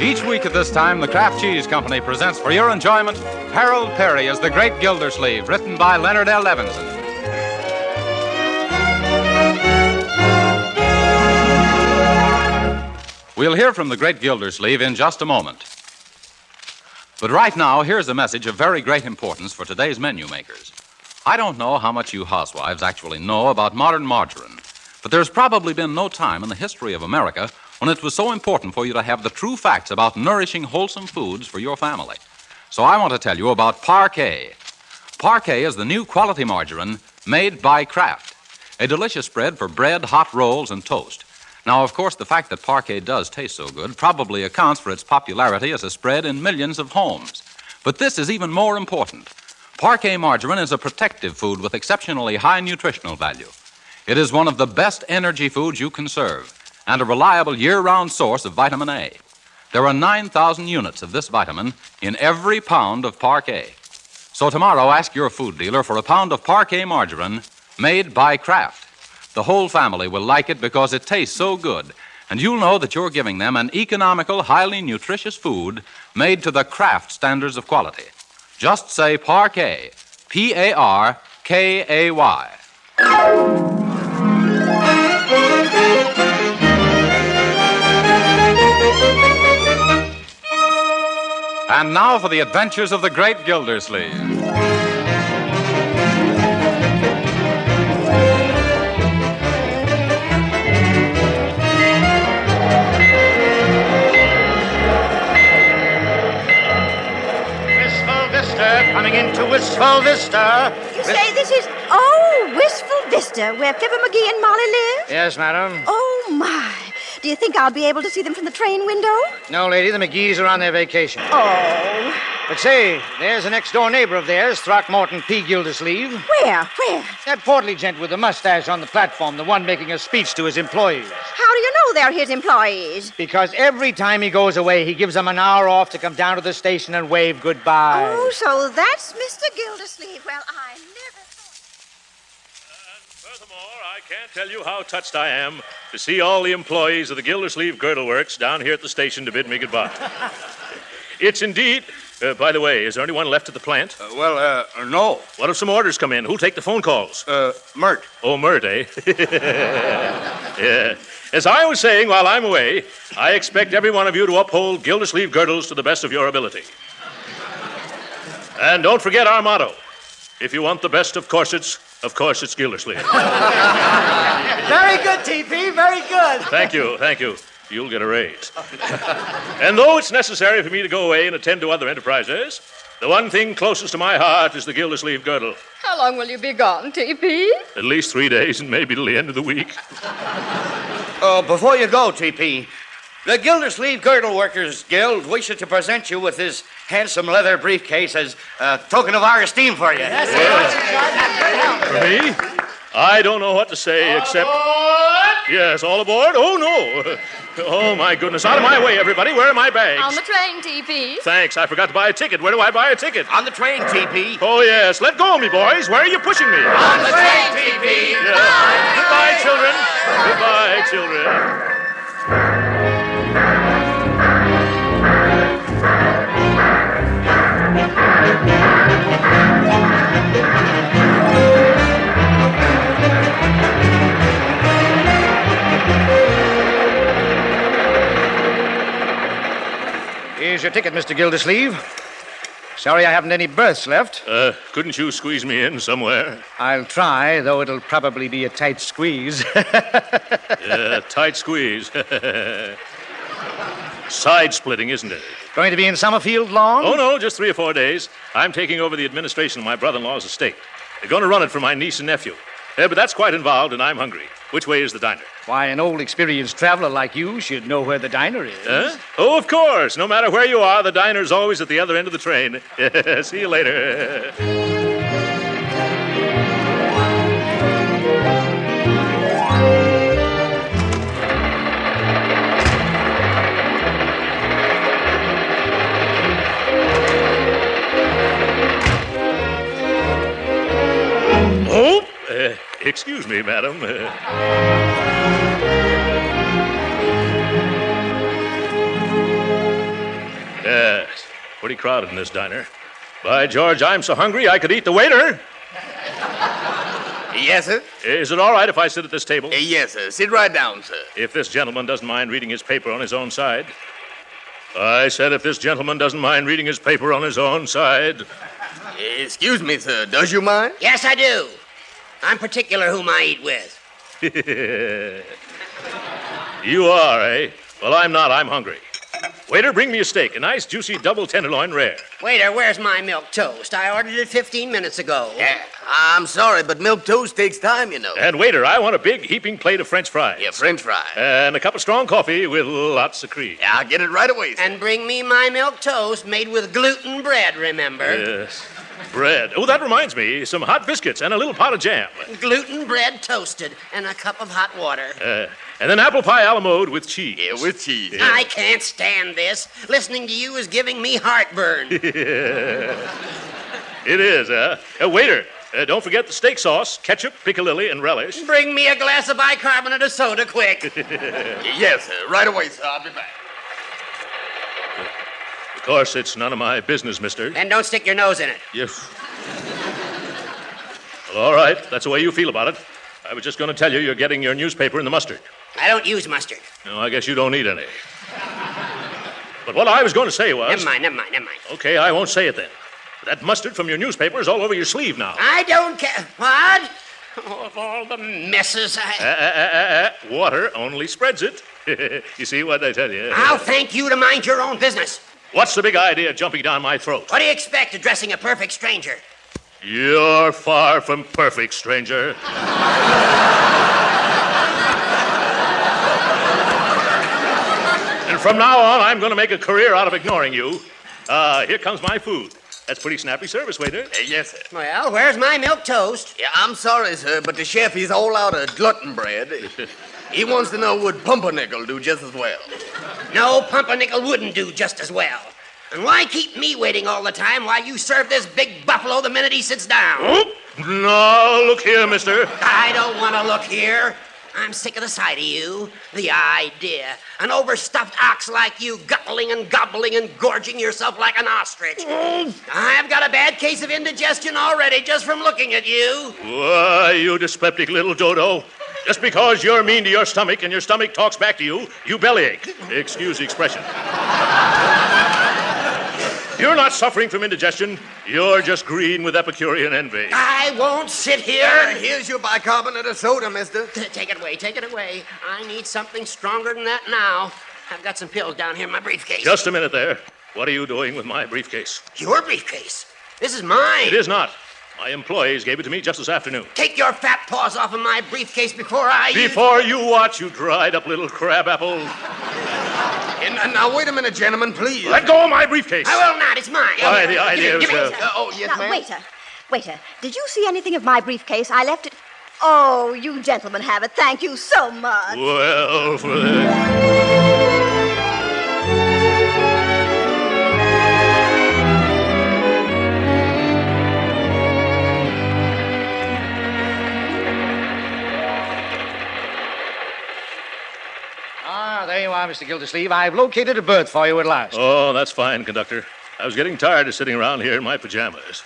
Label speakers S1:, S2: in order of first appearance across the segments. S1: Each week at this time, the Kraft Cheese Company presents for your enjoyment Harold Perry as The Great Gildersleeve, written by Leonard L. Levinson. We'll hear from the great Gildersleeve in just a moment. But right now, here's a message of very great importance for today's menu makers. I don't know how much you housewives actually know about modern margarine, but there's probably been no time in the history of America when it was so important for you to have the true facts about nourishing wholesome foods for your family. So I want to tell you about Parquet. Parquet is the new quality margarine made by Kraft, a delicious spread for bread, hot rolls, and toast. Now, of course, the fact that parquet does taste so good probably accounts for its popularity as a spread in millions of homes. But this is even more important. Parquet margarine is a protective food with exceptionally high nutritional value. It is one of the best energy foods you can serve and a reliable year round source of vitamin A. There are 9,000 units of this vitamin in every pound of parquet. So tomorrow, ask your food dealer for a pound of parquet margarine made by Kraft. The whole family will like it because it tastes so good, and you'll know that you're giving them an economical, highly nutritious food made to the Kraft standards of quality. Just say Parquet, P A R K A Y. And now for the adventures of the great Gildersleeve.
S2: Wistful Vista, coming into Wistful Vista.
S3: You say this is oh Wistful Vista, where Fibber McGee and Molly live?
S2: Yes, madam.
S3: Oh my! Do you think I'll be able to see them from the train window?
S2: No, lady, the McGees are on their vacation.
S3: Oh,
S2: But say, there's a next door neighbor of theirs, Throckmorton P. Gildersleeve.
S3: where, where?
S2: That portly gent with the mustache on the platform, the one making a speech to his employees.
S3: How do you know they're his employees?
S2: Because every time he goes away, he gives them an hour off to come down to the station and wave goodbye.
S3: Oh, so that's Mr. Gildersleeve. Well, I never thought.
S4: Furthermore, I can't tell you how touched I am to see all the employees of the Gildersleeve Girdle Works down here at the station to bid me goodbye. it's indeed. Uh, by the way, is there anyone left at the plant?
S5: Uh, Well, uh, uh, no.
S4: What if some orders come in? Who'll take the phone calls?
S5: Uh, Mert,
S4: Oh, Mert, eh? yeah. As I was saying while I'm away, I expect every one of you to uphold Gildersleeve girdles to the best of your ability. And don't forget our motto if you want the best of corsets, of course it's Gildersleeve.
S2: Very good, TP, very good.
S4: Thank you, thank you. You'll get a raise. and though it's necessary for me to go away and attend to other enterprises, the one thing closest to my heart is the Gildersleeve girdle.
S6: How long will you be gone, T.P.?
S4: At least three days and maybe till the end of the week.
S5: uh,
S2: Oh,
S5: before you go, TP, the Gildersleeve Girdle Workers Guild wishes to present you with this handsome leather briefcase as a token of our esteem for you.
S4: For me? I don't know what to say except. Yes, all aboard? Oh, no. Oh, my goodness. Out of my way, everybody. Where are my bags?
S6: On the train, T.P.
S4: Thanks. I forgot to buy a ticket. Where do I buy a ticket?
S5: On the train, TP.
S4: Oh, yes. Let go of me, boys. Where are you pushing me?
S5: On the train, TP.
S4: Yeah. Goodbye, children. Goodbye, children.
S2: Here's your ticket, Mr. Gildersleeve. Sorry I haven't any berths left.
S4: Uh, couldn't you squeeze me in somewhere?
S2: I'll try, though it'll probably be a tight squeeze.
S4: Yeah, Uh, tight squeeze. Side splitting, isn't it?
S2: Going to be in Summerfield long?
S4: Oh, no, just three or four days. I'm taking over the Uh, administration of my brother in law's estate. They're going to run it for my niece and nephew. Yeah, but that's quite involved, and I'm hungry. Which way is the diner?
S2: Why, an old experienced traveler like you should know where the diner is.
S7: Uh,
S4: Huh? Oh, of course. No matter where you are, the diner's always at the other end of the train. See you later. Oh, uh, excuse me, madam. Uh, Yes, pretty crowded in this diner. By George, I'm so hungry I could eat the waiter.
S7: Yes, sir.
S4: Is it all right if I sit at this table?
S7: Uh, Yes, sir. Sit right down, sir.
S4: If this gentleman doesn't mind reading his paper on his own side. I said, if this gentleman doesn't mind reading his paper on his own side.
S7: Excuse me, sir. Does you mind?
S8: Yes, I do. I'm particular whom I eat with.
S4: You are, eh? Well, I'm not. I'm hungry. Waiter, bring me a steak, a nice, juicy double tenderloin rare.
S8: Waiter, where's my milk toast? I ordered it 15 minutes ago.
S7: Yeah. I'm sorry, but milk toast takes time, you know.
S4: And, waiter, I want a big, heaping plate of French fries.
S7: Yeah, French fries.
S4: And a cup of strong coffee with lots of cream.
S7: Yeah, I'll get it right away, sir.
S8: And bring me my milk toast made with gluten bread, remember?
S4: Yes. Bread. Oh, that reminds me. Some hot biscuits and a little pot of jam.
S8: Gluten bread toasted and a cup of hot water.
S4: Uh, and then apple pie a la mode with cheese.
S7: Yeah, with cheese.
S8: I can't stand this. Listening to you is giving me heartburn.
S4: It is, huh? Uh, waiter, uh, don't forget the steak sauce, ketchup, piccalilli, and relish.
S8: Bring me a glass of bicarbonate of soda quick.
S7: Yes, sir. Right away, sir. I'll be back.
S4: Of course, it's none of my business, mister.
S8: and don't stick your nose in it.
S4: Yes. Well, all right. That's the way you feel about it. I was just going to tell you you're getting your newspaper in the mustard.
S8: I don't use mustard.
S4: No, I guess you don't need any. But what I was going to say
S7: Oh,
S4: was.
S8: Never mind, never mind, never mind.
S4: Okay, I won't say it then. That mustard from your newspaper is all over your sleeve now.
S8: I don't care. What? Oh, of all the messes I.
S4: Uh, uh, uh, uh, water only spreads it. you see what I tell you?
S8: I'll thank you to mind your own business.
S4: What's the big idea jumping down my throat?
S8: What do you expect addressing a perfect stranger?
S4: You're far from perfect, stranger. and from now on, I'm going to make a career out of ignoring you. Uh, here comes my food. That's pretty snappy service, waiter.
S7: Uh, yes, sir.
S8: Well, where's my milk toast?
S7: Yeah, I'm sorry, sir, but the chef is all out of glutton bread. he wants to know would pumpernickel do just as well.
S8: No pumpernickel wouldn't do just as well. And why keep me waiting all the time while you serve this big buffalo the minute he sits down?
S4: Oh, no, look here, mister.
S8: I don't want to look here. I'm sick of the sight of you. The idea. An overstuffed ox like you guttling and gobbling and gorging yourself like an ostrich. I've got a bad case of indigestion already just from looking at you.
S4: Why, you dyspeptic little dodo. Just because you're mean to your stomach and your stomach talks back to you, you bellyache. Excuse the expression. you're not suffering from indigestion. You're just green with Epicurean envy.
S8: I won't sit
S7: And
S8: here.
S7: here's your bicarbonate of soda, mister.
S8: Take it away, take it away. I need something stronger than that now. I've got some pills down here in my briefcase.
S4: Just a minute there. What are you doing with my briefcase?
S8: Your briefcase. This is
S4: It
S8: mine.
S4: is not. My employees gave it to me just this afternoon.
S8: Take your fat paws off of my briefcase before I. use-
S4: Before you watch, you dried up little crabapple.
S7: And, and now, wait a minute, gentlemen, please.
S4: Let go of my briefcase.
S8: I will not. It's mine.
S4: Why, the idea is.
S8: Give me-
S4: Uh,
S7: Uh, oh, yes,
S3: now,
S7: ma'am.
S3: waiter, waiter, did you see anything of my briefcase? I left it. Oh, you gentlemen have it. Thank you so much.
S4: well, for the.
S2: Ah, there you are, Mr. Gildersleeve. I've located a berth for you at last.
S4: Oh, that's fine, conductor. I was getting tired of sitting around here in my pajamas.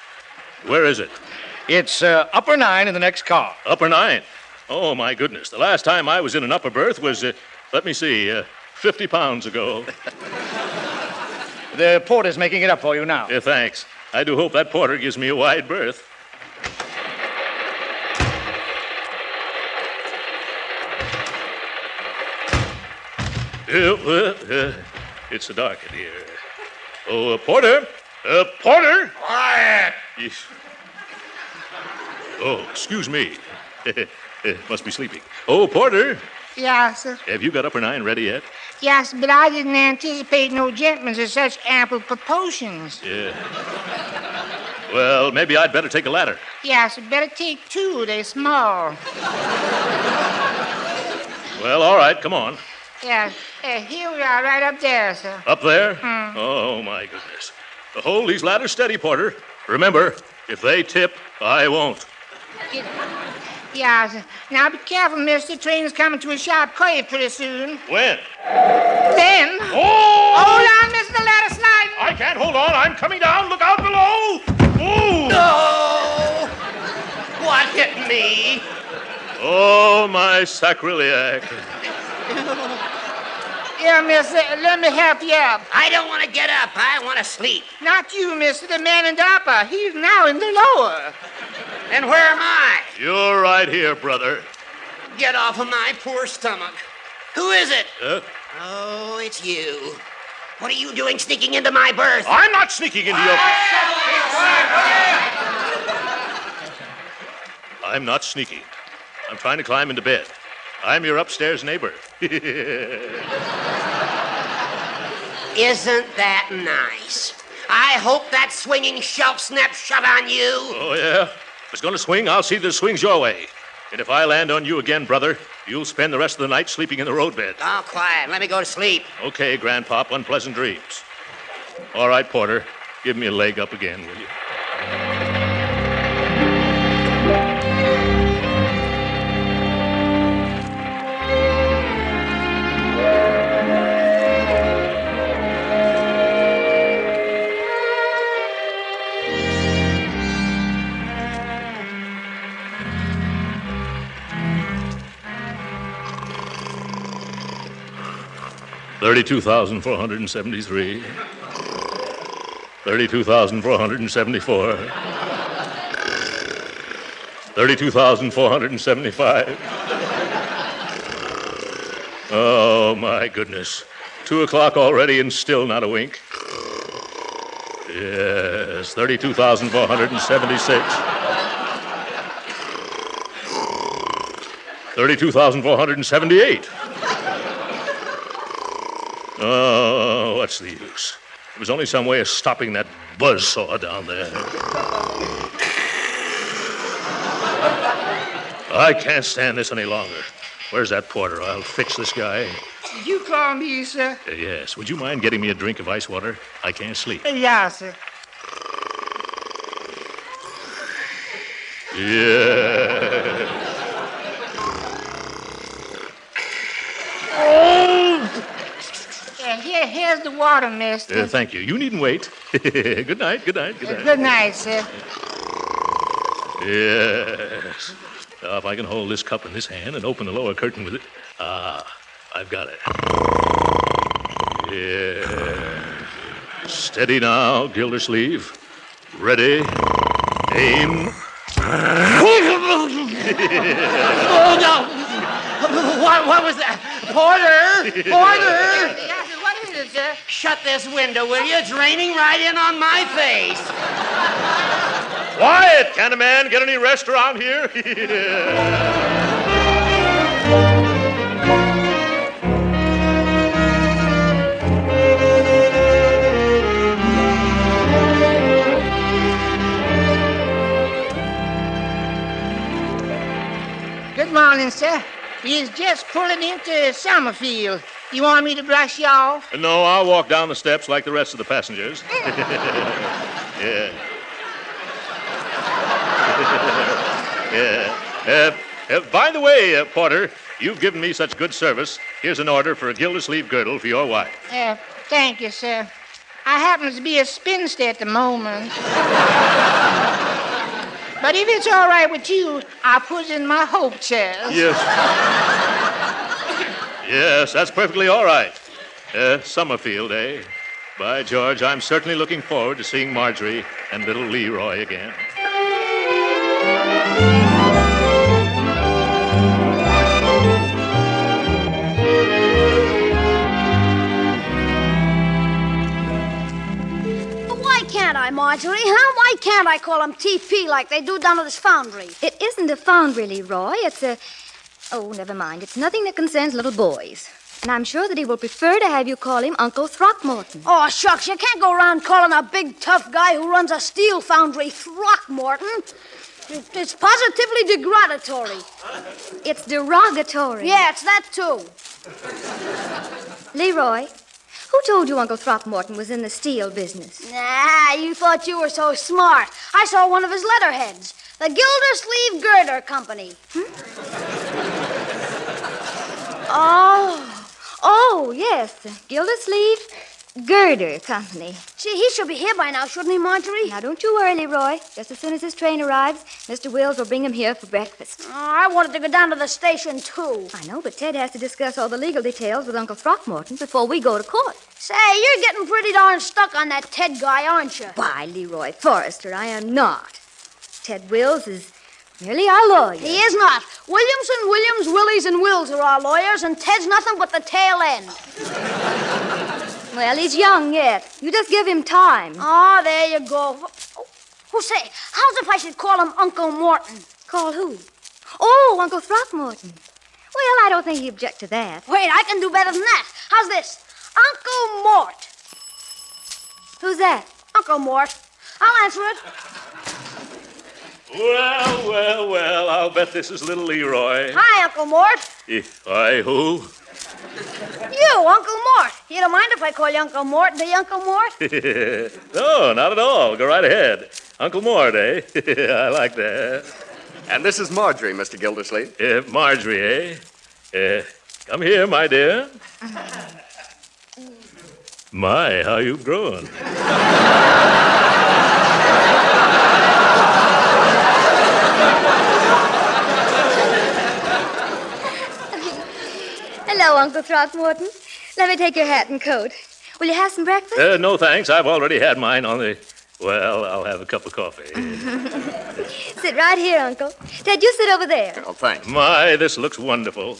S4: Where is it?
S2: It's uh, upper nine in the next car.
S4: Upper nine. Oh, my goodness. The last time I was in an upper berth was, uh, let me see, uh, 50 pounds ago.
S2: The porter's making it up for you now.
S4: Yeah, thanks. I do hope that porter gives me a wide berth. Uh, uh, uh, it's so dark in here. Oh, uh, porter! Uh, porter! Quiet! Oh, excuse me. Uh, must be sleeping. Oh, Porter,
S9: Yes, sir.
S4: have you got up an eye and ready yet?
S9: Yes, but I didn't anticipate no gentlemen of such ample proportions.
S4: Yeah. Uh, Well, maybe I'd better take a ladder.
S9: Yes, better take two. They're small.
S4: Well, all right, come on.
S9: Yes, uh, here we are, right up there, sir.
S4: Up there?
S9: Mm.
S4: Oh, my goodness. Hold these ladders steady, Porter. Remember, if they tip, I won't.
S9: Yes. Now be careful, mister. Train's coming to a sharp curve pretty soon.
S4: When?
S9: Then.
S4: Oh!
S9: Hold on, mister. The ladder's sliding.
S4: I can't hold on. I'm coming down. Look out below. Ooh.
S8: No! Oh, What hit me?
S4: Oh, my sacrilege.
S9: Here, mister. Let me help you up.
S8: I don't want to get up. I want to sleep.
S9: Not you, mister. The man in the upper. He's now in the lower.
S8: And where am I?
S4: You're right here, brother.
S8: Get off of my poor stomach. Who is it?
S4: Huh?
S8: Oh, it's you. What are you doing sneaking into my berth?
S4: I'm not sneaking into your. I'm not sneaky. I'm trying to climb into bed. I'm your upstairs neighbor.
S8: Isn't that nice? I hope that swinging shelf snaps shut on you.
S4: oh, yeah? If it's going to swing, I'll see that it swings your way. And if I land on you again, brother, you'll spend the rest of the night sleeping in the roadbed.
S8: Oh, quiet. Let me go to sleep.
S4: Okay, Grandpop, unpleasant dreams. All right, Porter, give me a leg up again, will you? Thirty-two thousand four hundred and seventy-three. Thirty-two thousand four hundred and seventy-four. Thirty-two thousand four hundred and seventy-five. Oh my goodness. Two o'clock already and still not a wink. Yes, thirty-two thousand four hundred and seventy-six. Thirty-two thousand four hundred and seventy-eight. Oh, what's the use? There was only some way of stopping that buzzsaw down there. I can't stand this any longer. Where's that porter? I'll fix this guy.
S9: You call me, sir?
S4: Uh, yes, would you mind getting me a drink of ice water? I can't sleep.
S9: Yeah, sir.
S4: Yeah. Oh!
S9: Yeah, here, here's the water, mister.
S4: Uh, thank you. You needn't wait. good night, good night, good
S9: Uh,
S4: night.
S9: Good night, sir.
S4: Yes. Now, if I can hold this cup in this hand and open the lower curtain with it. Ah, I've got it. Yeah. Steady now, Gildersleeve. Ready. Aim.
S8: Oh, no! What, what was that? Porter! Porter!
S9: Yeah, sir, what is it, sir?
S8: Shut this window, will you? It's raining right in on my face.
S4: Quiet! Can a man get any rest around here?
S9: Good morning, sir. He's just pulling into Summerfield. You want me to brush you off?
S4: no, I'll walk down the steps like the rest of the passengers. yeah. yeah. Uh, uh, by the way, uh, Porter, you've given me such good service. Here's an order for a Gildersleeve girdle for your wife.
S9: Uh, thank you, sir. I happen to be a spinster at the moment. but if it's all right with you, I'll put it in my hope chest.
S4: Yes. yes, that's perfectly all right. Uh, Summerfield, eh? By George, I'm certainly looking forward to seeing Marjorie and little Leroy again.
S3: Why can't I, Ma?
S10: Marjorie, huh? Why can't I call him TP like they do down at his foundry?
S3: It isn't a foundry, Leroy. It's a. Oh, never mind. It's nothing that concerns little boys. And I'm sure that he will prefer to have you call him Uncle Throckmorton.
S10: Oh, shucks, you can't go around calling a big, tough guy who runs a steel foundry Throckmorton. It- It's positively degradatory.
S3: It's derogatory.
S10: Yeah, it's that, too.
S3: Leroy, who told you Uncle Throckmorton was in the steel business?
S10: Nah, Ah, you thought you were so smart. I saw one of his letterheads. The Gildersleeve Girder Company. Hmm?
S3: Oh, oh, yes. the Gildersleeve Girder Company.
S10: Gee, he should be here by now, shouldn't he, Marjorie?
S3: Now, don't you worry, Leroy. Just as soon as his train arrives, Mr. Wills will bring him here for breakfast.
S10: Oh, I wanted to go down to the station, too.
S3: I know, but Ted has to discuss all the legal details with Uncle Throckmorton before we go to court.
S10: Say, you're getting pretty darn stuck on that Ted guy, aren't you?
S3: Why, Leroy Forrester, I am not. Ted Wills is merely our lawyer.
S10: He is not. Williamson, Williams, Willies, and Wills are our lawyers, and Ted's nothing but the tail end.
S3: Well, he's young yet. You just give him time.
S10: Ah, there you go. Oh, Who say? How's if I should call him Uncle Morton?
S3: Call who? Oh, Uncle Throckmorton. Well, I don't think he object to that.
S10: Wait, I can do better than that. How's this? Uncle Mort.
S3: Who's that?
S10: Uncle Mort. I'll answer it.
S4: Well, well, well, I'll bet this is little Leroy.
S10: Hi, Uncle Mort.
S4: If I who?
S10: You, Uncle Mort. You don't mind if I call you Uncle Mort, do you, Uncle Mort?
S4: no, not at all. Go right ahead. Uncle Mort, eh? I like that.
S7: And this is Marjorie, Mr. Gildersleeve.
S4: Uh, Marjorie, eh? Uh, come here, my dear. My, how you've grown.
S3: Hello, Uncle Throckmorton. Let me take your hat and coat. Will you have some breakfast?
S4: Uh, no thanks. I've already had mine on the. Well, I'll have a cup of coffee.
S3: Sit right here, Uncle. Ted, you sit over there.
S7: Oh, thanks.
S4: My, this looks wonderful.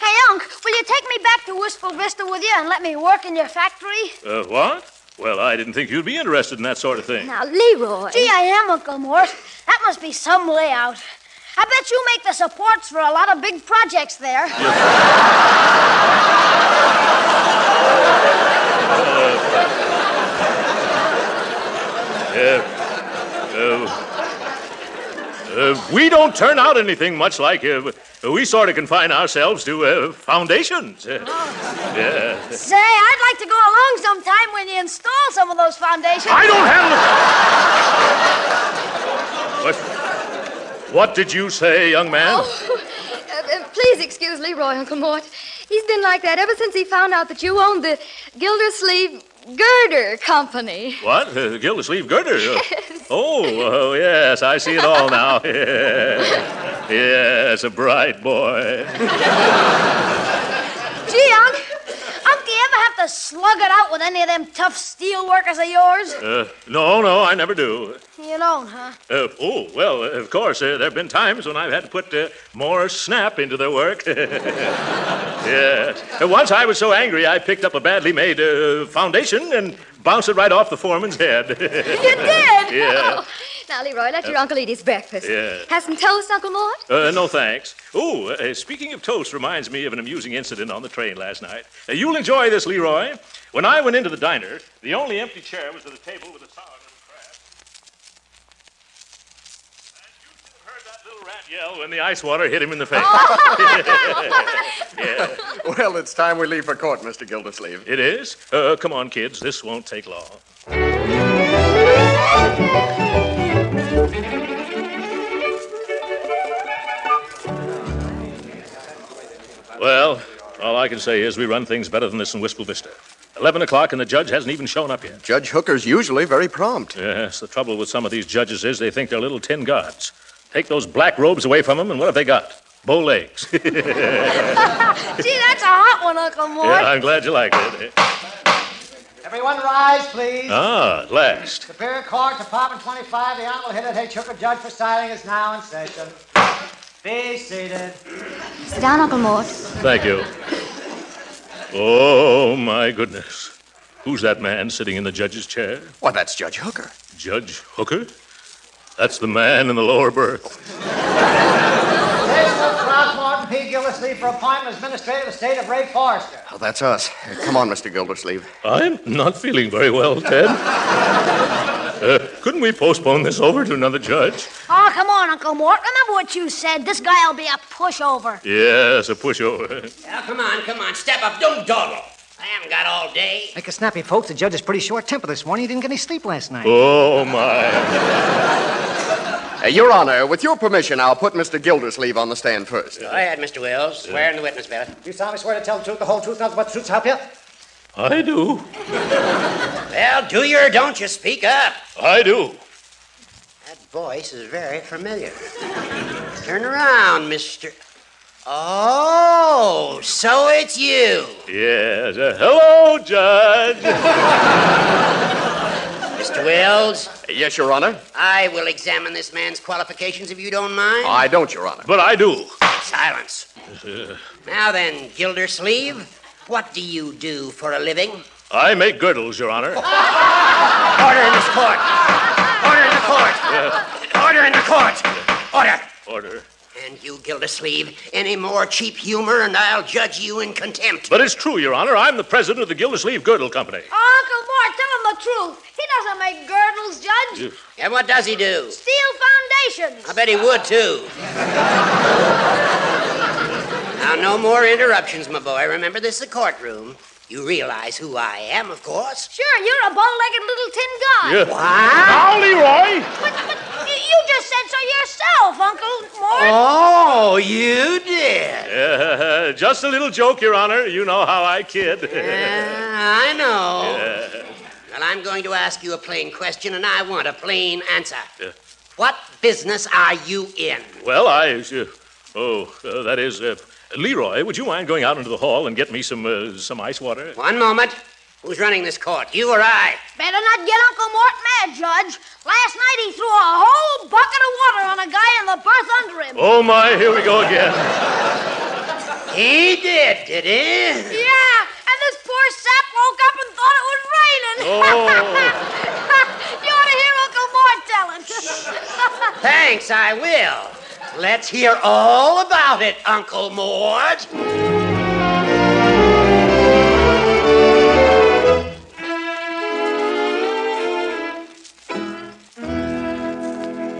S10: hey, Unc, will you take me back to Wistful Vista with you and let me work in your factory?
S4: Uh, what? Well, I didn't think you'd be interested in that sort of thing.
S3: Now, Leroy.
S10: Gee, I am, Uncle Mort. That must be some layout. I bet you make the supports for a lot of big projects there.
S4: Uh, uh, uh, we don't turn out anything much like uh, we sort of confine ourselves to uh, foundations. Uh, yeah.
S10: Say, I'd like to go along sometime when you install some of those foundations.
S4: I don't have. What, what did you say, young man?
S3: Oh, uh, uh, please excuse Leroy, Uncle Mort. He's been like that ever since he found out that you owned the Gildersleeve Girder Company.
S4: What? Uh, Gildersleeve Girder? Uh, oh, oh, yes, I see it all now. yes, a bright boy.
S10: Gee, Unc, Unc, do you ever have to slug it out with any of them tough steel workers of yours?
S4: Uh, no, no, I never do.
S10: You don't, huh?
S4: Uh, oh, well, uh, of course, uh, there have been times when I've had to put uh, more snap into their work. yes. Uh, Once I was so angry, I picked up a badly made uh, foundation and bounced it right off the foreman's head.
S3: You did?
S4: Yeah.
S3: Oh. Now, Leroy, let your
S10: Uh.
S3: uncle eat his breakfast.
S4: yeah.
S3: Have some toast, Uncle Mort?
S4: Uh, no thanks. Oh, uh, speaking of toast reminds me of an amusing incident on the train last night. Uh, you'll enjoy this, Leroy. When I went into the diner, the only empty chair was at a table with a sour little crab. And you should have heard that little rat yell when the ice water hit him in the face.
S7: Well, it's time we leave for court, Mr. Gildersleeve.
S4: It is? Uh, come on, kids. This won't take long. Well, all I can say is we run things better than this in Wistful Vista. Eleven o'clock and the judge hasn't even shown up yet.
S7: Judge Hooker's usually very prompt.
S4: Yes, the trouble with some of these judges is they think they're little tin gods. Take those black robes away from them, and what have they got? Bow legs.
S10: Gee, that's a hot one, Uncle Mort.
S4: yeah, I'm glad you like it.
S11: Everyone rise, please.
S4: Ah, at last.
S11: Superior Court, Department 25, the Honorable Hilliard H. Hooker, Judge presiding, is now in session. Be seated.
S10: Sit down, Uncle Mort.
S4: Thank you. Oh, my goodness. Who's that man sitting in the judge's chair?
S7: Why, that's Judge Hooker.
S4: Judge Hooker? That's the man in the lower berth.
S11: Jacob Throckmorton P. Gildersleeve for appointment as Ministrator of the State of Ray Forrester.
S7: Oh, that's us. Come on, Mr. Gildersleeve.
S4: I'm not feeling very well, Ted. Uh, couldn't we postpone this over to another judge?
S10: Oh, come on, Uncle Mort. Remember what you said. This guy'll be a pushover. Oh,
S4: Yes, a pushover.
S8: Now, come on, come on, step up. Don't dawdle. I haven't got all day.
S11: Make it snappy, folks. The judge is pretty short tempered this morning. He didn't get any sleep last night.
S4: Oh, my.
S7: Uh, Your Honor, with your permission, I'll put Mr. Gildersleeve on the stand first.
S8: Go ahead, Mr. Wells. Swear in the witness, Bella.
S11: You solemnly swear to tell the truth, the whole truth, nothing but the truth, help you?
S4: I do.
S8: Well, do you or don't you speak up?
S4: I do.
S8: That voice is very familiar. Turn around, Mr. Oh, so it's you.
S4: Yes. uh, hello, Judge.
S8: Mr. Wells?
S7: Yes, Your Honor.
S8: I will examine this man's qualifications if you don't mind.
S7: I don't, Your Honor.
S4: But I do.
S8: Silence. Now then, Gildersleeve, what do you do for a living?
S4: I make girdles, Your Honor.
S8: Order in this court. Order in the court. Order in the court. Order.
S4: Order.
S8: And you, Gildersleeve, any more cheap humor, and I'll judge you in contempt.
S4: But it's true, Your Honor. I'm the president of the Gildersleeve Girdle Company.
S10: Uncle Mort, tell him the truth. He doesn't make girdles, Judge.
S8: And what does he do?
S10: Steel foundations.
S8: I bet he would, too. now, no more interruptions, my boy. Remember, this is a courtroom. You realize who I am, of course.
S10: Sure, you're a bow-legged little tin god.
S8: Yeah. Wow.
S4: Now, Leroy.
S10: But, but you, you just said so yourself, Uncle Mort.
S8: Oh, you did.
S4: Uh, just a little joke, Your Honor. You know how I kid.
S8: Uh, I know. Well, I'm going to ask you a plain question, and I want a plain answer.
S4: Yeah.
S8: What business are you in?
S4: Well, I. Uh, oh, uh, that is. Uh, Leroy, would you mind going out into the hall and get me some uh, some ice water?
S8: One moment. Who's running this court, you or I?
S10: Better not get Uncle Mort mad, Judge. Last night he threw a whole bucket of water on a guy in the berth under him.
S4: Oh my, here we go again.
S8: He did, did he?
S10: Yeah, and this poor sap woke up and thought it was raining. you ought to hear Uncle Mort tell it.
S8: Thanks, I will. Let's hear all about it, Uncle Mort.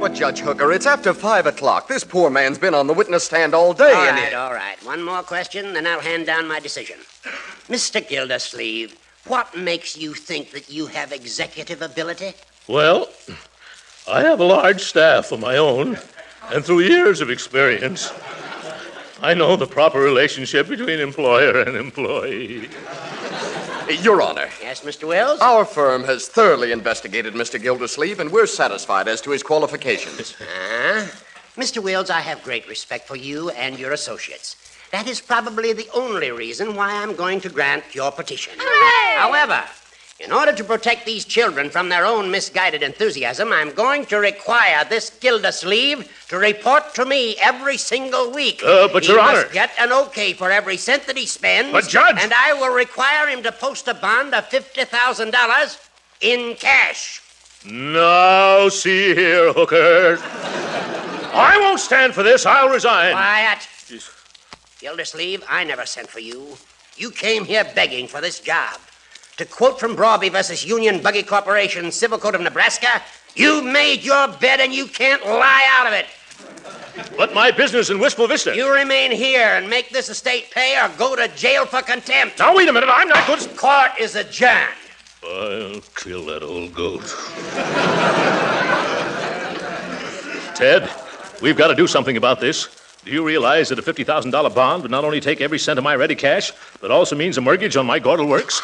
S7: But, Judge Hooker, it's after five o'clock. This poor man's been on the witness stand all day.
S8: all
S7: and he-
S8: right, all right. One more question, then I'll hand down my decision. Mr. Gildersleeve, what makes you think that you have executive ability?
S4: Well, I have a large staff of my own, and through years of experience, I know the proper relationship between employer and employee.
S7: Your Honor.
S8: Yes, Mr. Wells?
S7: Our firm has thoroughly investigated Mr. Gildersleeve, and we're satisfied as to his qualifications.
S8: Huh? Mr. Wills, I have great respect for you and your associates. That is probably the only reason why I'm going to grant your petition. However, in order to protect these children from their own misguided enthusiasm, I'm going to require this Gildersleeve to report to me every single week.
S4: Uh, but,
S8: he
S4: Your
S8: must
S4: Honor-
S8: get an okay for every cent that he spends.
S4: But, Judge-
S8: And I will require him to post a bond of fifty thousand dollars in cash.
S4: Now, see here, Hooker. I won't stand for this. I'll resign.
S8: Quiet. Gildersleeve, I never sent for you. You came here begging for this job. To quote from Broby versus Union Buggy Corporation, Civil Code of Nebraska, you made your bed and you can't lie out of it.
S4: But my business in Wistful Vista.
S8: You remain here and make this estate pay or go to jail for contempt.
S4: Now, wait a minute. I'm not going to.
S8: Court is adjourned.
S4: I'll kill that old goat. Ted, we've got to do something about this. Do you realize that a $50,000 bond would not only take every cent of my ready cash, but also means a mortgage on my Gordle Works?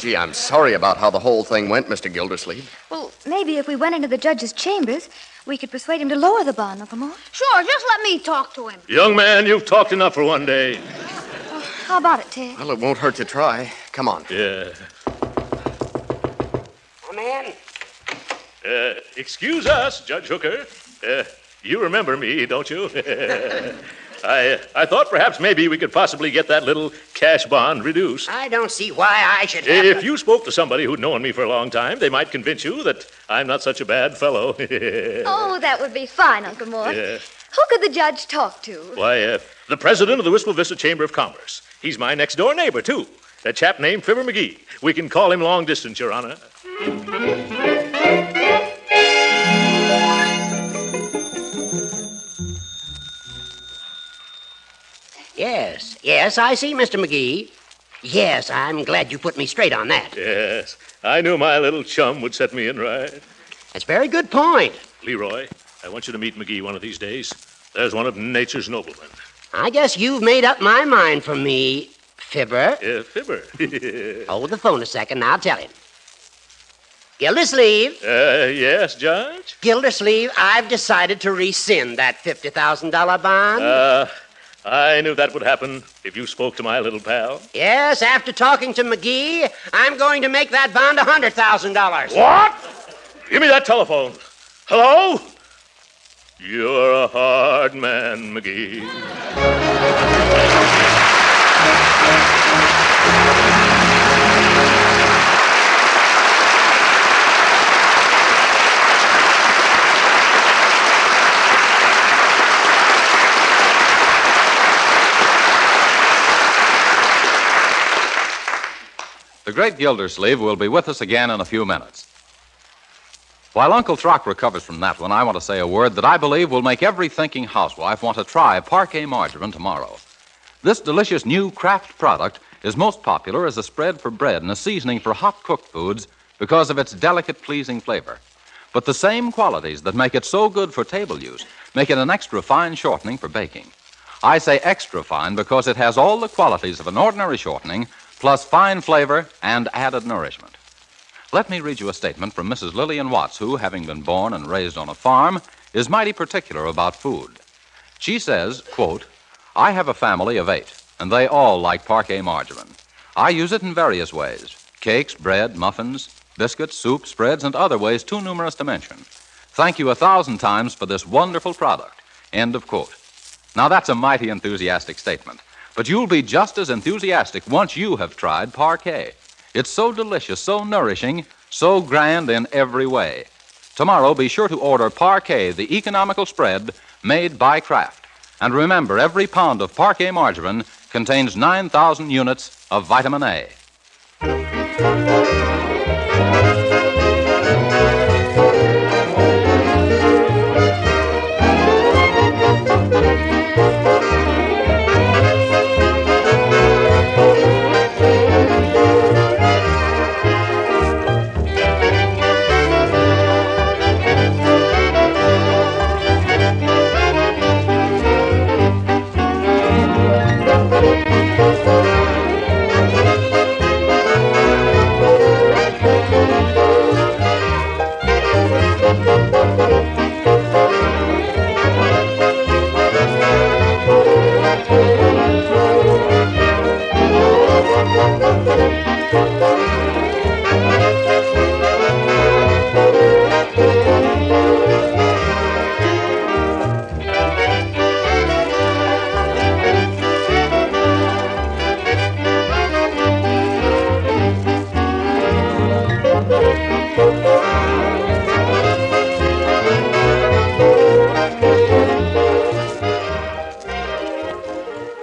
S7: Gee, I'm sorry about how the whole thing went, Mr. Gildersleeve.
S3: Well, maybe if we went into the judge's chambers, we could persuade him to lower the bond, Uncle Mort.
S10: Sure, just let me talk to him.
S4: Young man, you've talked enough for one day.
S3: How about it, Ted?
S7: Well, it won't hurt to try. Come on.
S4: Yeah.
S8: Come in.
S4: Uh, excuse us, Judge Hooker. Uh, you remember me, don't you? I, I thought perhaps maybe we could possibly get that little cash bond reduced.
S8: I don't see why I should have.
S4: If you spoke to somebody who'd known me for a long time, they might convince you that I'm not such a bad fellow.
S3: Oh, that would be fine, Uncle Mort.
S4: Yeah.
S3: Who could the judge talk to?
S4: Why, uh, the president of the Wistful Vista Chamber of Commerce. He's my next door neighbor, too. A chap named Fibber McGee. We can call him long distance, Your Honor.
S8: Yes, yes, I see, Mr. McGee. Yes, I'm glad you put me straight on that.
S4: Yes, I knew my little chum would set me in right.
S8: That's a very good point.
S4: Leroy, I want you to meet McGee one of these days. There's one of nature's noblemen.
S8: I guess you've made up my mind for me, Fibber.
S4: Uh, Fibber.
S8: Hold the phone a second, and I'll tell him. Gildersleeve.
S4: Uh, yes, Judge?
S8: Gildersleeve, I've decided to rescind that $50,000 bond.
S4: Uh, I knew that would happen if you spoke to my little pal.
S8: yes, after talking to McGee, I'm going to make that bond $100,000.
S4: What? Give me that telephone. Hello? You're a hard man, McGee.
S1: The great Gildersleeve will be with us again in a few minutes. While Uncle Throck recovers from that one, I want to say a word that I believe will make every thinking housewife want to try parquet margarine tomorrow. This delicious new Kraft product is most popular as a spread for bread and a seasoning for hot cooked foods because of its delicate, pleasing flavor. But the same qualities that make it so good for table use make it an extra fine shortening for baking. I say extra fine because it has all the qualities of an ordinary shortening, plus fine flavor and added nourishment. Let me read you a statement from Mrs. Lillian Watts, who, having been born and raised on a farm, is mighty particular about food. She says, quote, I have a family of eight, and they all like parquet margarine. I use it in various ways cakes, bread, muffins, biscuits, soup, spreads, and other ways too numerous to mention. Thank you a thousand times for this wonderful product. End of quote. Now, that's a mighty enthusiastic statement, but you'll be just as enthusiastic once you have tried parquet. It's so delicious, so nourishing, so grand in every way. Tomorrow, be sure to order parquet, the economical spread made by Kraft. And remember, every pound of parquet margarine contains 9,000 units of vitamin A.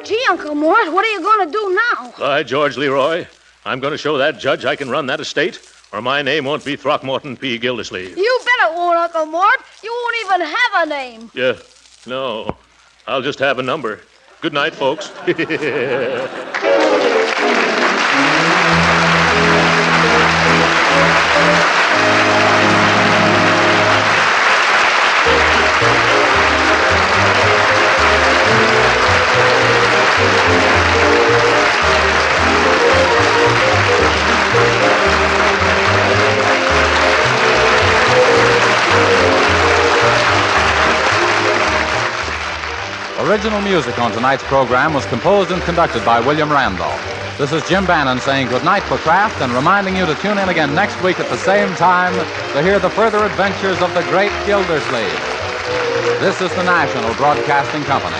S10: Gee, Uncle Mort, what are you going to do now?
S4: By George Leroy, I'm going to show that judge I can run that estate, or my name won't be Throckmorton P. Gildersleeve.
S10: You bet it won't, Uncle Mort. You won't even have a name.
S4: Yeah, no, I'll just have a number. Good night, folks.
S1: Original music on tonight's program was composed and conducted by William Randolph. This is Jim Bannon saying goodnight for Kraft and reminding you to tune in again next week at the same time to hear the further adventures of the great Gildersleeve. This is the National Broadcasting Company.